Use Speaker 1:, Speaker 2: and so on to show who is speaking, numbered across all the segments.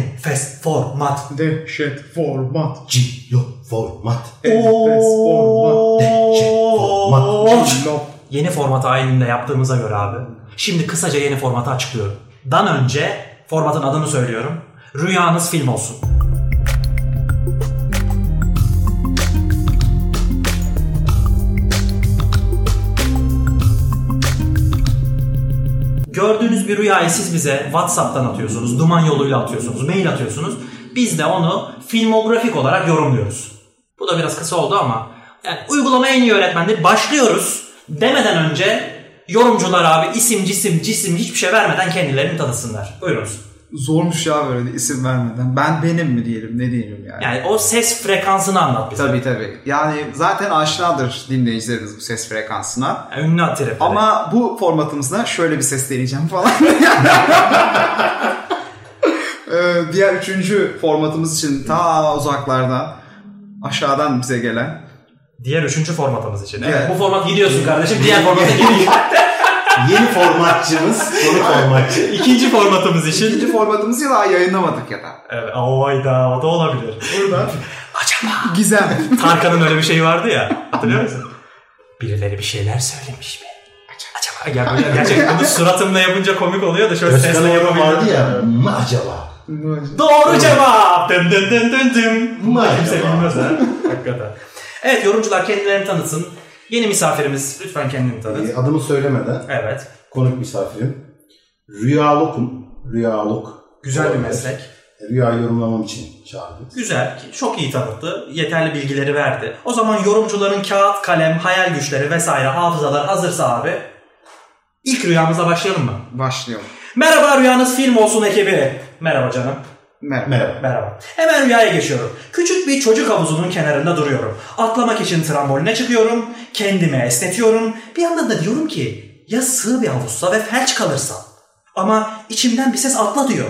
Speaker 1: Enfes format.
Speaker 2: Dehşet format.
Speaker 3: Cilop format.
Speaker 2: Enfes format.
Speaker 3: Dehşet format.
Speaker 2: Cillop.
Speaker 1: Yeni formatı aynında yaptığımıza göre abi. Şimdi kısaca yeni formatı açıklıyorum. Dan önce formatın adını söylüyorum. Rüyanız film olsun. Gördüğünüz bir rüyayı siz bize WhatsApp'tan atıyorsunuz, duman yoluyla atıyorsunuz, mail atıyorsunuz. Biz de onu filmografik olarak yorumluyoruz. Bu da biraz kısa oldu ama yani uygulama en iyi öğretmendir. Başlıyoruz demeden önce yorumcular abi isim, cisim, cisim hiçbir şey vermeden kendilerini tanısınlar. Buyurunuz.
Speaker 2: Zormuş ya böyle isim vermeden. Ben benim mi diyelim ne diyelim yani.
Speaker 1: Yani o ses frekansını anlat bize.
Speaker 2: Tabii tabii. Yani zaten aşinadır dinleyicilerimiz bu ses frekansına.
Speaker 1: Yani ünlü atrep.
Speaker 2: Ama bu formatımızda şöyle bir ses deneyeceğim falan. Ee, Diğer üçüncü formatımız için ta uzaklardan aşağıdan bize gelen
Speaker 1: Diğer üçüncü formatımız için. Evet.
Speaker 2: Evet.
Speaker 1: Bu format gidiyorsun kardeşim. Diğer formata gidiyor.
Speaker 3: Yeni formatçımız. Yeni formatçı.
Speaker 1: İkinci formatımız için.
Speaker 2: ikinci formatımızı daha yayınlamadık ya da.
Speaker 1: Evet. Ayda o da olabilir.
Speaker 2: Burada
Speaker 1: Acaba
Speaker 2: gizem.
Speaker 1: Tarkan'ın öyle bir şeyi vardı ya. Hatırlıyor musun? Birileri bir şeyler söylemiş mi? Acaba. Acaba. Ya böyle gerçekten bunu suratımla yapınca komik oluyor da şöyle
Speaker 3: Özkan
Speaker 1: sesle
Speaker 3: Orhan
Speaker 1: yapabilirim.
Speaker 3: vardı ya. Mı acaba?
Speaker 1: Doğru cevap. Dın dın dın dın dın.
Speaker 3: Vay
Speaker 1: Bunu kimse
Speaker 3: be.
Speaker 1: bilmez ha. Hakikaten. Evet yorumcular kendilerini tanıtsın. Yeni misafirimiz lütfen kendini tanıt.
Speaker 3: Ee, Adımı söylemeden
Speaker 1: Evet.
Speaker 3: konuk misafirim. Rüyalok'um. Rüyalok.
Speaker 1: Güzel bir meslek.
Speaker 3: Rüya E, yorumlamam için çağırdım.
Speaker 1: Güzel. Çok iyi tanıttı. Yeterli bilgileri verdi. O zaman yorumcuların kağıt, kalem, hayal güçleri vesaire hafızalar hazırsa abi ilk rüyamıza başlayalım mı?
Speaker 2: Başlıyorum.
Speaker 1: Merhaba rüyanız film olsun ekibi. Merhaba canım.
Speaker 2: Merhaba.
Speaker 3: Merhaba.
Speaker 1: Merhaba. Hemen rüyaya geçiyorum. Küçük bir çocuk havuzunun kenarında duruyorum. Atlamak için tramboline çıkıyorum. Kendimi esnetiyorum. Bir yandan da diyorum ki ya sığ bir havuzsa ve felç kalırsam. Ama içimden bir ses atla diyor.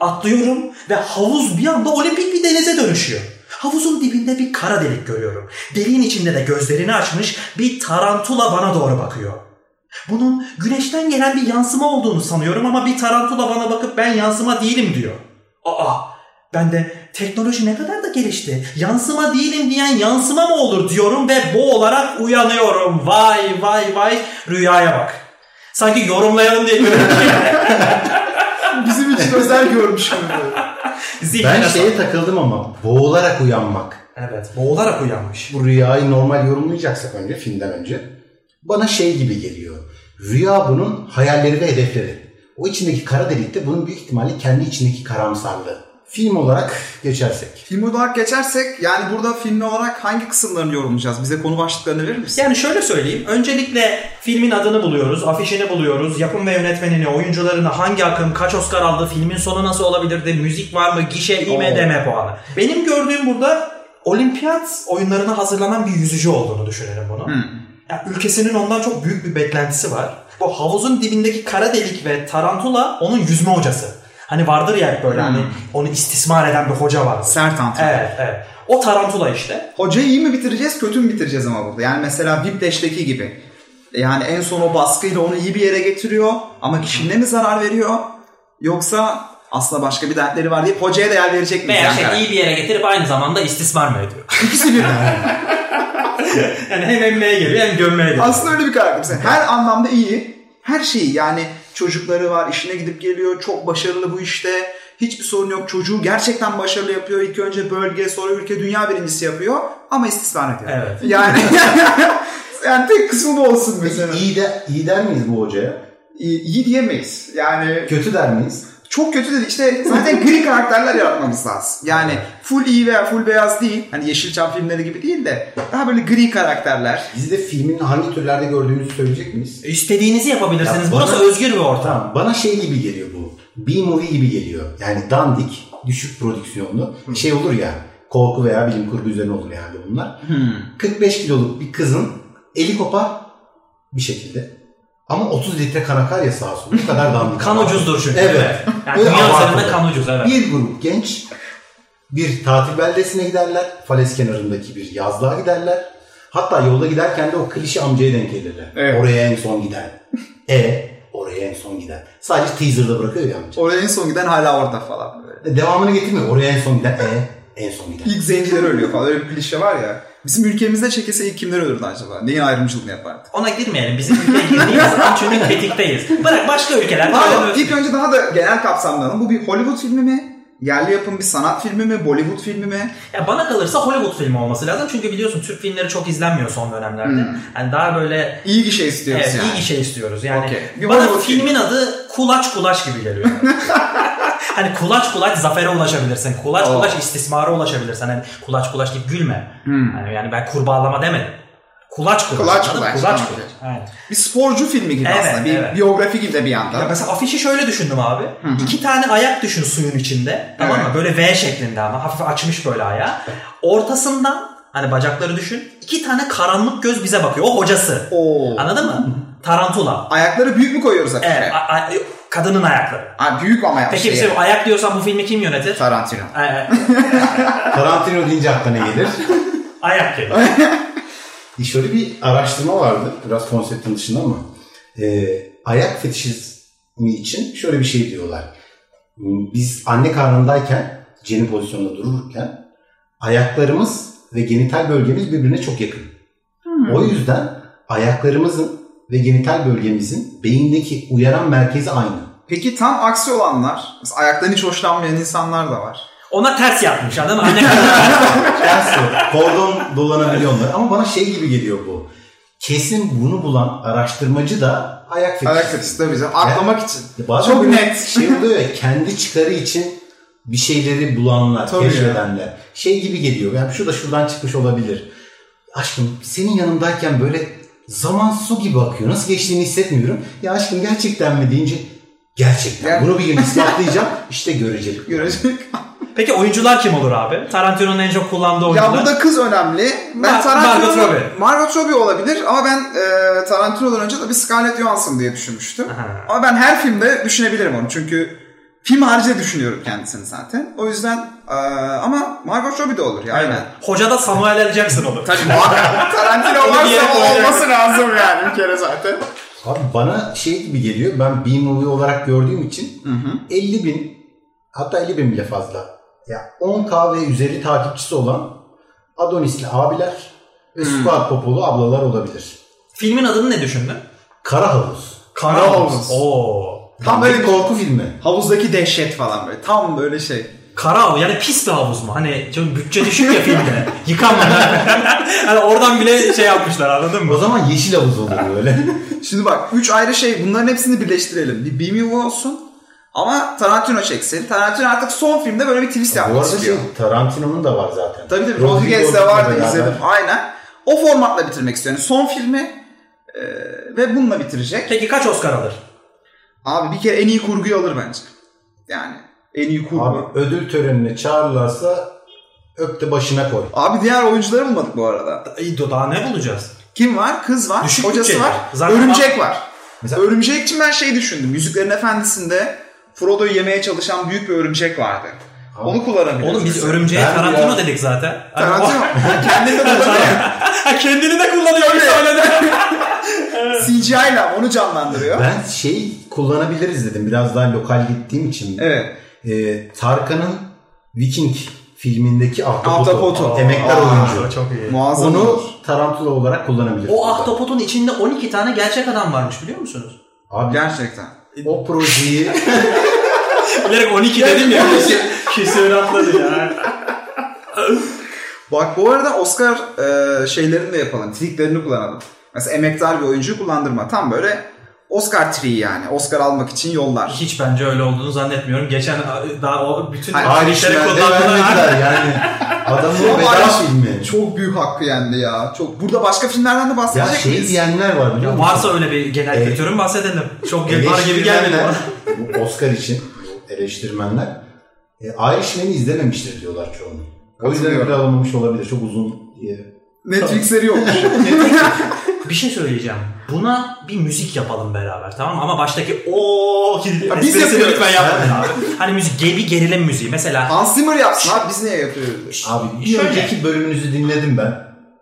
Speaker 1: Atlıyorum ve havuz bir anda olimpik bir denize dönüşüyor. Havuzun dibinde bir kara delik görüyorum. Deliğin içinde de gözlerini açmış bir tarantula bana doğru bakıyor. Bunun güneşten gelen bir yansıma olduğunu sanıyorum ama bir tarantula bana bakıp ben yansıma değilim diyor. Aa ben de teknoloji ne kadar da gelişti. Yansıma değilim diyen yansıma mı olur diyorum ve bu olarak uyanıyorum. Vay vay vay rüyaya bak. Sanki yorumlayalım diye böyle
Speaker 2: Bizim için özel görmüş gibi.
Speaker 1: zihnine
Speaker 3: Ben
Speaker 1: sal-
Speaker 3: şeye takıldım ama boğularak uyanmak.
Speaker 1: Evet boğularak uyanmış.
Speaker 3: Bu rüyayı normal yorumlayacaksak önce filmden önce. Bana şey gibi geliyor. Rüya bunun hayalleri ve hedefleri. O içindeki kara delik de bunun büyük ihtimalle kendi içindeki karamsarlığı. Film olarak geçersek.
Speaker 2: Film olarak geçersek yani burada film olarak hangi kısımlarını yorumlayacağız? Bize konu başlıklarını verir misin?
Speaker 1: Yani şöyle söyleyeyim. Öncelikle filmin adını buluyoruz, afişini buluyoruz, yapım ve yönetmenini, oyuncularını, hangi akım, kaç Oscar aldı, filmin sonu nasıl olabilirdi, müzik var mı, gişe, IMDB puanı. Benim gördüğüm burada olimpiyat oyunlarına hazırlanan bir yüzücü olduğunu düşünelim bunu. Ya ülkesinin ondan çok büyük bir beklentisi var. Bu havuzun dibindeki kara delik ve tarantula onun yüzme hocası. Hani vardır ya hep böyle hani onu istismar eden bir hoca vardır.
Speaker 2: Sert antrenman.
Speaker 1: Evet, evet. O tarantula işte.
Speaker 2: Hocayı iyi mi bitireceğiz, kötü mü bitireceğiz ama burada? Yani mesela Whiplash'teki gibi. Yani en son o baskıyla onu iyi bir yere getiriyor ama kişiliğine mi zarar veriyor? Yoksa aslında başka bir dertleri var deyip hocaya değer verecek miyiz?
Speaker 1: Veya
Speaker 2: yani
Speaker 1: şey
Speaker 2: karar?
Speaker 1: iyi bir yere getirip aynı zamanda istismar mı ediyor?
Speaker 2: İkisi bir.
Speaker 1: Yani hem emmeye geliyor hem gömmeye geliyor.
Speaker 2: aslında öyle bir karakter. Mesela her anlamda iyi. Her şeyi yani çocukları var, işine gidip geliyor, çok başarılı bu işte. Hiçbir sorun yok. Çocuğu gerçekten başarılı yapıyor. İlk önce bölge, sonra ülke, dünya birincisi yapıyor. Ama istismar ediyor.
Speaker 1: Evet.
Speaker 2: Yani yani tek kısmı bu olsun mesela.
Speaker 3: İyi, de, iyi der miyiz bu hocaya?
Speaker 2: iyi, iyi diyemeyiz. Yani
Speaker 3: Kötü der miyiz?
Speaker 2: çok kötü dedi. İşte zaten gri karakterler yaratmamız lazım. Yani full iyi veya full beyaz değil. Hani Yeşilçam filmleri gibi değil de daha böyle gri karakterler.
Speaker 3: Biz de filmin hangi türlerde gördüğümüzü söyleyecek miyiz?
Speaker 1: İstediğinizi yapabilirsiniz.
Speaker 3: Ya
Speaker 1: Burası
Speaker 3: bana-
Speaker 1: özgür bir ortam.
Speaker 3: Tamam bana şey gibi geliyor bu. B-movie gibi geliyor. Yani dandik, düşük prodüksiyonlu. Şey olur ya korku veya bilim kurgu üzerine olur yani bunlar. 45 kiloluk bir kızın eli kopar bir şekilde. Ama 30 litre kan akar ya sağa sola. Bu kadar dandik.
Speaker 1: Kan ucuzdur çünkü.
Speaker 3: Evet.
Speaker 1: Yani
Speaker 3: Öyle
Speaker 1: dünya
Speaker 3: abartılı.
Speaker 1: üzerinde kan ucuz evet.
Speaker 3: Bir grup genç bir tatil beldesine giderler. Fales kenarındaki bir yazlığa giderler. Hatta yolda giderken de o klişe amcaya denk gelirler.
Speaker 2: Evet.
Speaker 3: Oraya en son giden. E oraya en son giden. Sadece teaser'da bırakıyor ya amca. E,
Speaker 2: Oraya en son giden hala orada falan. Böyle.
Speaker 3: Devamını getirmiyor. Oraya en son giden. E, en son giden.
Speaker 2: İlk zenciler ölüyor falan. Öyle bir klişe var ya. Bizim ülkemizde çekilse ilk kimler ölürdü acaba? Neyin ayrımcılığını yapardı?
Speaker 1: Ona girmeyelim. Bizim ülkeye girdiğimiz zaman çünkü tetikteyiz. Bırak başka ülkeler.
Speaker 2: Pardon ilk önce daha da genel kapsamlanalım. Bu bir Hollywood filmi mi? Yerli yapım bir sanat filmi mi? Bollywood filmi mi?
Speaker 1: Ya bana kalırsa Hollywood filmi olması lazım. Çünkü biliyorsun Türk filmleri çok izlenmiyor son dönemlerde.
Speaker 2: Hmm.
Speaker 1: Yani daha böyle
Speaker 2: İyi gişe istiyoruz
Speaker 1: evet,
Speaker 2: yani.
Speaker 1: iyi bir şey istiyoruz. Yani
Speaker 2: Okey. Bir
Speaker 1: bana
Speaker 2: Hollywood filmi.
Speaker 1: filmin adı kulaç kulaç gibi geliyor. hani kulaç kulaç zafere ulaşabilirsin. Kulaç
Speaker 2: Oo.
Speaker 1: kulaç istismara ulaşabilirsin. Hani kulaç kulaç deyip gülme.
Speaker 2: Hmm.
Speaker 1: Yani, yani ben kurbağalama demedim. Kulaç kulaç.
Speaker 2: Kulaç
Speaker 1: anladın mı?
Speaker 2: kulaç,
Speaker 1: Kulaç
Speaker 2: tamam.
Speaker 1: kulaç. Aynen.
Speaker 2: Bir sporcu filmi gibi
Speaker 1: Evet,
Speaker 2: aslında. Bir
Speaker 1: evet.
Speaker 2: biyografi gibi de bir yandan.
Speaker 1: Ya mesela afişi şöyle düşündüm abi. İki tane ayak düşün suyun içinde. Tamam mı?
Speaker 2: Evet.
Speaker 1: Böyle V şeklinde ama hafif açmış böyle ayağı. Ortasından hani bacakları düşün. iki tane karanlık göz bize bakıyor. O hocası.
Speaker 2: Oo.
Speaker 1: Anladın mı? Tarantula.
Speaker 2: Ayakları büyük mü koyuyoruz afişe?
Speaker 1: Evet. a- a- kadının ayakları.
Speaker 2: Ha, büyük ama yapmış.
Speaker 1: Peki bir şey, ayak diyorsan bu filmi kim yönetir?
Speaker 2: Tarantino.
Speaker 1: Ee,
Speaker 3: Tarantino deyince aklına ne gelir?
Speaker 1: ayak gelir.
Speaker 3: E Şöyle bir araştırma vardı. Biraz konseptin dışında ama. E, ayak fetişizmi için şöyle bir şey diyorlar. Biz anne karnındayken, cenin pozisyonunda dururken ayaklarımız ve genital bölgemiz birbirine çok yakın. O yüzden ayaklarımızın ve genital bölgemizin beyindeki uyaran merkezi aynı.
Speaker 2: Peki tam aksi olanlar, mesela ayaktan hiç hoşlanmayan insanlar da var.
Speaker 1: Ona ters yapmış anladın mı? Anne kadar.
Speaker 3: Ters o. Kordon dolanabiliyor onlar. Ama bana şey gibi geliyor bu. Kesin bunu bulan araştırmacı da ayak fetişi.
Speaker 2: Ayak fetişi tabii canım. Aklamak için.
Speaker 3: Ya Bazen
Speaker 2: Çok
Speaker 3: böyle
Speaker 2: net.
Speaker 3: Şey oluyor ya kendi çıkarı için bir şeyleri bulanlar,
Speaker 2: Tabii
Speaker 3: keşfedenler. Şey gibi geliyor. Yani şu da şuradan çıkmış olabilir. Aşkım senin yanındayken böyle zaman su gibi akıyor. Nasıl geçtiğini hissetmiyorum. Ya aşkım gerçekten mi deyince gerçekten.
Speaker 2: Ger-
Speaker 3: Bunu bir gün ispatlayacağım. işte görecek.
Speaker 2: Görecek.
Speaker 1: Peki oyuncular kim olur abi? Tarantino'nun en çok kullandığı oyuncular.
Speaker 2: ya burada kız önemli. Ben
Speaker 1: Mar- Margot
Speaker 2: Tarantino
Speaker 1: Robbie.
Speaker 2: Margot Robbie olabilir ama ben e, Tarantino'dan önce de bir Scarlett Johansson diye düşünmüştüm.
Speaker 1: Aha.
Speaker 2: Ama ben her filmde düşünebilirim onu çünkü film harici düşünüyorum kendisini zaten. O yüzden e, ama Margot Robbie de olur ya. Aynen.
Speaker 1: Hoca da Samuel L. Jackson olur.
Speaker 2: Muhakkak Tarantino
Speaker 1: Onu bir yere
Speaker 2: varsa
Speaker 1: koyacak.
Speaker 2: olması lazım yani bir kere zaten.
Speaker 3: Abi bana şey gibi geliyor. Ben B-movie olarak gördüğüm için 50 bin hatta 50 bin bile fazla. Ya 10K ve üzeri takipçisi olan Adonis'li abiler ve Squad popolu ablalar olabilir.
Speaker 1: Filmin adını ne düşündün?
Speaker 3: Kara Havuz.
Speaker 2: Kara Havuz.
Speaker 1: Oo.
Speaker 2: Tam
Speaker 3: Tam
Speaker 2: böyle
Speaker 3: böyle korku filmi.
Speaker 2: Havuzdaki dehşet falan böyle. Tam böyle şey.
Speaker 1: Kara havuz yani pis bir havuz mu? Hani canım bütçe düşük ya filmde. Yıkanmadan. hani oradan bile şey yapmışlar anladın
Speaker 3: O
Speaker 1: mı?
Speaker 3: zaman Yeşil Havuz olur böyle.
Speaker 2: Şimdi bak üç ayrı şey bunların hepsini birleştirelim. Bir B-movie olsun ama Tarantino çeksin. Tarantino artık son filmde böyle bir twist
Speaker 3: Bu
Speaker 2: yapmak
Speaker 3: arada
Speaker 2: istiyor.
Speaker 3: şey Tarantino'nun da var zaten.
Speaker 2: Tabii tabii
Speaker 3: Rodrigo
Speaker 2: Rodriguez de vardı
Speaker 3: beraber.
Speaker 2: izledim. Aynen. O formatla bitirmek istiyor. Yani son filmi e, ve bununla bitirecek.
Speaker 1: Peki kaç Oscar alır?
Speaker 2: Abi bir kere en iyi kurguyu alır bence. Yani en iyi kurgu. Abi,
Speaker 3: Abi ödül törenine çağırırlarsa öp de başına koy.
Speaker 2: diğer oyuncuları bulmadık bu arada.
Speaker 1: İyi, Daha ne bulacağız?
Speaker 2: Kim var? Kız var.
Speaker 1: Düşük
Speaker 2: hocası
Speaker 1: bütçeli.
Speaker 2: var.
Speaker 1: Zaten
Speaker 2: örümcek var.
Speaker 3: Mesela-
Speaker 2: örümcek için ben şey düşündüm. Yüzüklerin Efendisi'nde Frodo'yu yemeye çalışan büyük bir örümcek vardı.
Speaker 3: Abi,
Speaker 2: Onu kullanabiliriz.
Speaker 1: Oğlum biz
Speaker 2: mesela.
Speaker 1: örümceğe
Speaker 3: Ben
Speaker 1: Tarantino
Speaker 3: ya-
Speaker 1: dedik zaten. Hani
Speaker 2: Tarantino kendini de
Speaker 1: o-
Speaker 2: kullanıyor.
Speaker 1: Ha, Kendini de kullanıyor.
Speaker 2: Öyle.
Speaker 1: biz öyle de-
Speaker 2: CGI ile onu canlandırıyor.
Speaker 3: Ben şey kullanabiliriz dedim. Biraz daha lokal gittiğim için.
Speaker 2: Evet.
Speaker 3: Ee, Tarkan'ın Viking filmindeki ahtapotu.
Speaker 2: Ahtapotu.
Speaker 3: Emekler
Speaker 2: Aa.
Speaker 3: oyuncu.
Speaker 1: Çok iyi.
Speaker 2: Muazzam.
Speaker 3: Onu
Speaker 2: olur.
Speaker 3: Tarantula olarak kullanabiliriz.
Speaker 1: O
Speaker 3: burada.
Speaker 1: ahtapotun içinde 12 tane gerçek adam varmış biliyor musunuz?
Speaker 3: Abi
Speaker 2: gerçekten.
Speaker 3: o projeyi
Speaker 1: Bilerek 12 dedim ya. Kesin atladı ya.
Speaker 2: Bak bu arada Oscar e, şeylerini de yapalım. Triklerini kullanalım. Mesela emektar bir oyuncuyu kullandırma. Tam böyle Oscar triği yani. Oscar almak için yollar.
Speaker 1: Hiç bence öyle olduğunu zannetmiyorum. Geçen daha o bütün
Speaker 2: Hayır,
Speaker 1: tarihleri
Speaker 3: Irishman'de
Speaker 1: kullandılar.
Speaker 3: vermediler yani. Adamın
Speaker 2: Ama
Speaker 3: o veda
Speaker 2: Irish-
Speaker 3: filmi.
Speaker 2: Çok büyük hakkı yendi ya. Çok Burada başka filmlerden de
Speaker 3: Ya
Speaker 2: bahsedecek
Speaker 3: şey
Speaker 2: miyiz?
Speaker 3: diyenler var biliyor
Speaker 1: Ya
Speaker 3: musun?
Speaker 1: varsa öyle bir genel
Speaker 3: Evet.
Speaker 1: kültürün bahsedelim. Çok var gibi gelmedi
Speaker 3: Eleştirmenler,
Speaker 1: bana.
Speaker 3: bu Oscar için bu eleştirmenler e, Irishman'i izlememiştir diyorlar çoğunu. O yüzden
Speaker 2: Katılıyorum.
Speaker 3: ödül alamamış olabilir. Çok uzun e, diye.
Speaker 2: Netflix'leri yokmuş.
Speaker 1: bir şey söyleyeceğim. Buna bir müzik yapalım beraber tamam mı? Ama baştaki o
Speaker 2: Ha, biz yapıyoruz.
Speaker 1: lütfen yapmayın abi. Hani müzik ge- bir gerilim müziği mesela.
Speaker 3: Ah.
Speaker 2: Hans Zimmer yapsın abi biz niye yapıyoruz?
Speaker 3: Abi bir
Speaker 1: Şöyle.
Speaker 3: önceki bölümünüzü dinledim ben.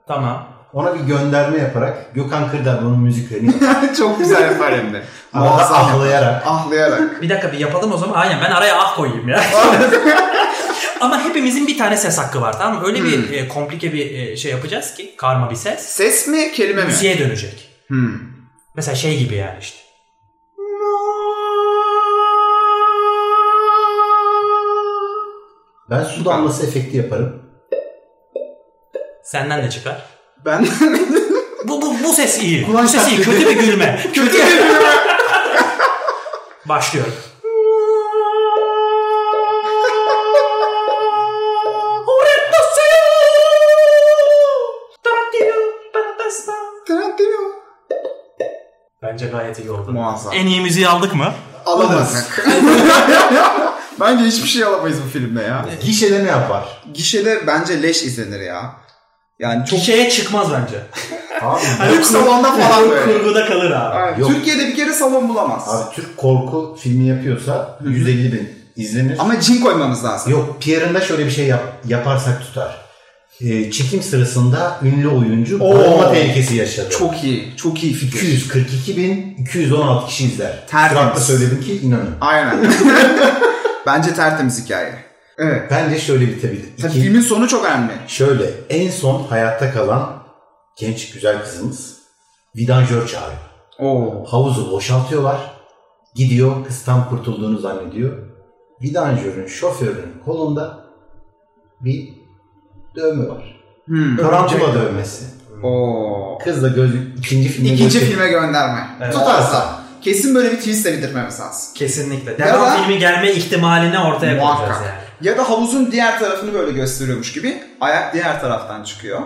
Speaker 1: Tamam.
Speaker 3: Ona bir gönderme yaparak Gökhan Kırdarlı'nın müziklerini yapar.
Speaker 2: Çok güzel yapar hem de.
Speaker 3: Arada
Speaker 2: Muazzam yapar.
Speaker 3: ağlayarak.
Speaker 2: Ahlayarak.
Speaker 1: Bir dakika bir yapalım o zaman. Aynen ben araya ah koyayım ya. Ama hepimizin bir tane ses hakkı var tamam mı? Öyle bir e, komplike bir e, şey yapacağız ki karma bir ses.
Speaker 2: Ses mi kelime mi?
Speaker 1: Müziğe dönecek.
Speaker 2: Hmm.
Speaker 1: Mesela şey gibi yani işte.
Speaker 3: Ben su damlası efekti yaparım.
Speaker 1: Senden de çıkar.
Speaker 2: Ben
Speaker 1: Bu, bu, bu ses iyi.
Speaker 2: Kulak
Speaker 1: bu ses iyi.
Speaker 2: taklidi.
Speaker 1: Kötü bir gülme.
Speaker 2: kötü geliyor.
Speaker 1: Başlıyorum. Bence gayet iyi oldu.
Speaker 2: Muazzam.
Speaker 3: E,
Speaker 1: En iyi müziği aldık mı?
Speaker 2: Alamazsak. bence hiçbir şey alamayız bu filmde ya.
Speaker 3: Gişede ne yapar?
Speaker 2: Gişede bence leş izlenir ya. Yani çok
Speaker 1: Çok... Şeye çıkmaz bence.
Speaker 3: Abi,
Speaker 2: Türk salonda falan böyle.
Speaker 1: Kurguda kalır abi.
Speaker 2: Aynen.
Speaker 3: Yok.
Speaker 2: Türkiye'de bir kere salon bulamaz.
Speaker 3: abi Türk korku filmi yapıyorsa 150 bin izlenir.
Speaker 2: Ama cin koymamız lazım.
Speaker 3: Yok Pierre'ın da şöyle bir şey yap- yaparsak tutar. Ee, çekim sırasında ünlü oyuncu
Speaker 2: Oo.
Speaker 3: boğulma tehlikesi yaşadı.
Speaker 2: Çok iyi. Çok iyi fikir.
Speaker 3: 242.216 kişi izler.
Speaker 2: Tertemiz.
Speaker 3: Süratle söyledim ki inanın.
Speaker 2: Aynen. bence tertemiz hikaye. Evet.
Speaker 3: Bence şöyle bitebilir.
Speaker 2: Tabii
Speaker 3: İki-
Speaker 2: filmin sonu çok önemli.
Speaker 3: Şöyle en son hayatta kalan genç güzel kızımız vidanjör çağırıyor.
Speaker 2: Oo.
Speaker 3: Havuzu boşaltıyorlar. Gidiyor kız tam kurtulduğunu zannediyor. Vidanjörün şoförünün kolunda bir dövme var.
Speaker 2: Hmm.
Speaker 3: Tarantula dövmesi.
Speaker 2: Oo.
Speaker 3: Kız da gözlük ikinci filme
Speaker 2: İkinci
Speaker 3: götürüyor.
Speaker 2: filme gönderme.
Speaker 1: Evet.
Speaker 3: Tutarsa.
Speaker 2: Kesin böyle bir twist de bitirmemiz lazım.
Speaker 1: Kesinlikle.
Speaker 2: Ya
Speaker 1: Devam
Speaker 2: da-
Speaker 1: filmi gelme ihtimalini ortaya koyacağız
Speaker 2: Muhakkak.
Speaker 1: yani.
Speaker 2: Ya da havuzun diğer tarafını böyle gösteriyormuş gibi ayak diğer taraftan çıkıyor.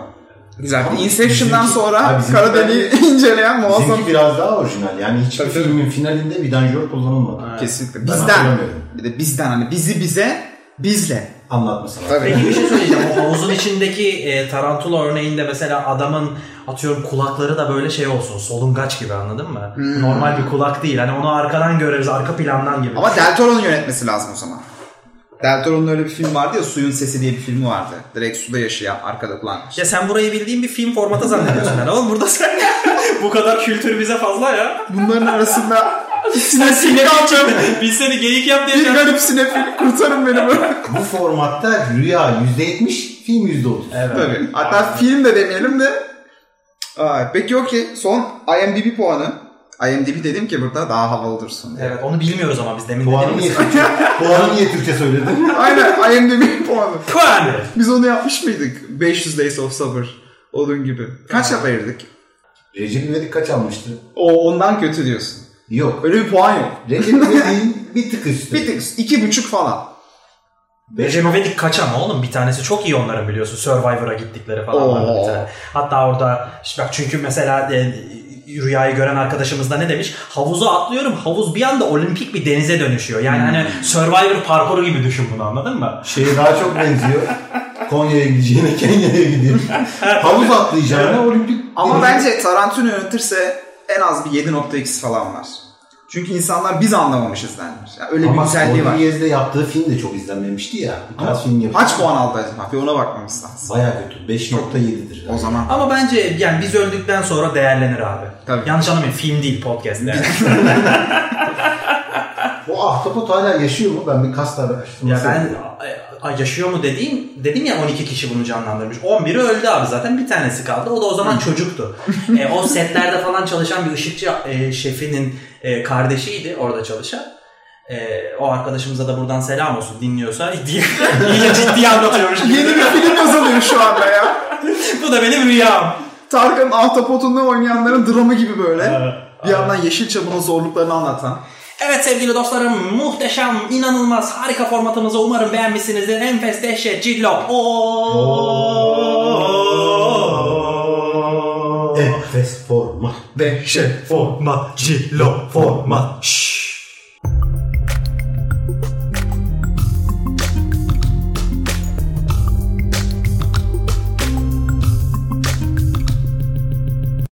Speaker 2: Güzel.
Speaker 3: Ama
Speaker 2: Inception'dan
Speaker 3: bizimki-
Speaker 2: sonra
Speaker 3: Ha, bizimki-
Speaker 2: kara deliği inceleyen muazzam
Speaker 3: Bizimki biraz daha orijinal. Yani hiçbir
Speaker 2: Tabii, tabii.
Speaker 3: filmin finalinde vidanjör kullanılmadı.
Speaker 2: Kesinlikle.
Speaker 3: Ben
Speaker 2: Bizden.
Speaker 3: hatırlamıyorum.
Speaker 2: Bir de bizden hani bizi bize bizle.
Speaker 3: Anlatmasana.
Speaker 1: Peki bir şey söyleyeceğim. O havuzun içindeki e, tarantula örneğinde mesela adamın atıyorum kulakları da böyle şey olsun. Solungaç gibi anladın mı?
Speaker 2: Hmm.
Speaker 1: Normal bir kulak değil. Hani onu arkadan görürüz. Arka plandan gibi.
Speaker 2: Ama Del Toro'nun yönetmesi lazım o zaman. Del Toro'nun öyle bir film vardı ya Suyun Sesi diye bir filmi vardı. Direkt suda yaşayan arkada kulağın.
Speaker 1: Ya sen burayı bildiğin bir film formata zannediyorsun herhalde. Oğlum burada sen bu kadar kültür bize fazla ya.
Speaker 2: Bunların arasında
Speaker 1: Sen sinefil çöp. Biz seni geyik yap diye. şey-
Speaker 2: bir
Speaker 1: çağırdık.
Speaker 2: garip sinefil kurtarın beni bu.
Speaker 3: Bu formatta rüya %70, film %30.
Speaker 1: Evet.
Speaker 2: Tabii. Hatta film de demeyelim de. Aa, peki okey. Son IMDb puanı. IMDb dedim ki burada daha havalı dursun diye.
Speaker 1: Evet onu bilmiyoruz ama biz demin
Speaker 3: Puanı niye
Speaker 1: dediğimiz.
Speaker 3: Türkçe, puanı niye Türkçe söyledin?
Speaker 2: Aynen IMDb puanı.
Speaker 1: Puan.
Speaker 2: Biz onu yapmış mıydık? 500 Days of Summer. Onun gibi. Kaç yapayırdık?
Speaker 3: Recep İvedik kaç almıştı?
Speaker 2: O ondan kötü diyorsun.
Speaker 3: Yok.
Speaker 2: Öyle bir puan yok.
Speaker 3: Recep İvedik'in bir tık üstü.
Speaker 2: Bir tık iki buçuk falan.
Speaker 1: Recep İvedik kaç ama oğlum bir tanesi çok iyi onların biliyorsun Survivor'a gittikleri falan vardı
Speaker 2: Oo.
Speaker 1: bir tane. Hatta orada işte bak çünkü mesela e, rüyayı gören arkadaşımız da ne demiş? Havuza atlıyorum havuz bir anda olimpik bir denize dönüşüyor. Yani
Speaker 2: Hmm.
Speaker 1: hani Survivor parkuru gibi düşün bunu anladın mı?
Speaker 3: Şeye Şey daha çok benziyor. Konya'ya gideceğine Kenya'ya gideyim. Havuz atlayacağına olimpik.
Speaker 2: Ama bence Tarantino yönetirse en az bir 7.x falan var. Çünkü insanlar biz anlamamışız denir. Yani öyle bir
Speaker 3: Ama
Speaker 2: güzelliği var.
Speaker 3: Scorpions'de yaptığı film de çok izlenmemişti ya. Bu tarz film yapıyor.
Speaker 2: Kaç puan aldı acaba? Bir ona bakmamız lazım.
Speaker 3: Baya kötü. 5.7'dir.
Speaker 2: O zaman
Speaker 1: Ama bence yani biz öldükten sonra değerlenir abi.
Speaker 2: Tabii.
Speaker 1: Yanlış anlamayın film değil podcast. yani.
Speaker 3: O ahtapot hala yaşıyor mu? Ben bir kast
Speaker 1: ya
Speaker 3: araştırması
Speaker 1: ben
Speaker 3: yapıyorum.
Speaker 1: a- a- yaşıyor mu dediğim dedim ya 12 kişi bunu canlandırmış. 11'i öldü abi zaten bir tanesi kaldı. O da o zaman çocuktu. E, o setlerde falan çalışan bir ışıkçı e, şefinin e, kardeşiydi orada çalışan. E, o arkadaşımıza da buradan selam olsun dinliyorsa diye iyice ciddi anlatıyormuş. gibi.
Speaker 2: yeni bir film yazılıyor şu anda ya.
Speaker 1: Bu da benim rüyam.
Speaker 2: Tarkan'ın ahtapotunda oynayanların dramı gibi böyle. Bir
Speaker 1: Aa.
Speaker 2: yandan Yeşilçam'ın zorluklarını anlatan.
Speaker 1: Evet sevgili dostlarım muhteşem, inanılmaz, harika formatımızı umarım beğenmişsinizdir. Enfes, dehşet, cillop. Oo.
Speaker 3: Enfes forma.
Speaker 2: Dehşet. şey,
Speaker 1: Format, cillop, format. Şşş.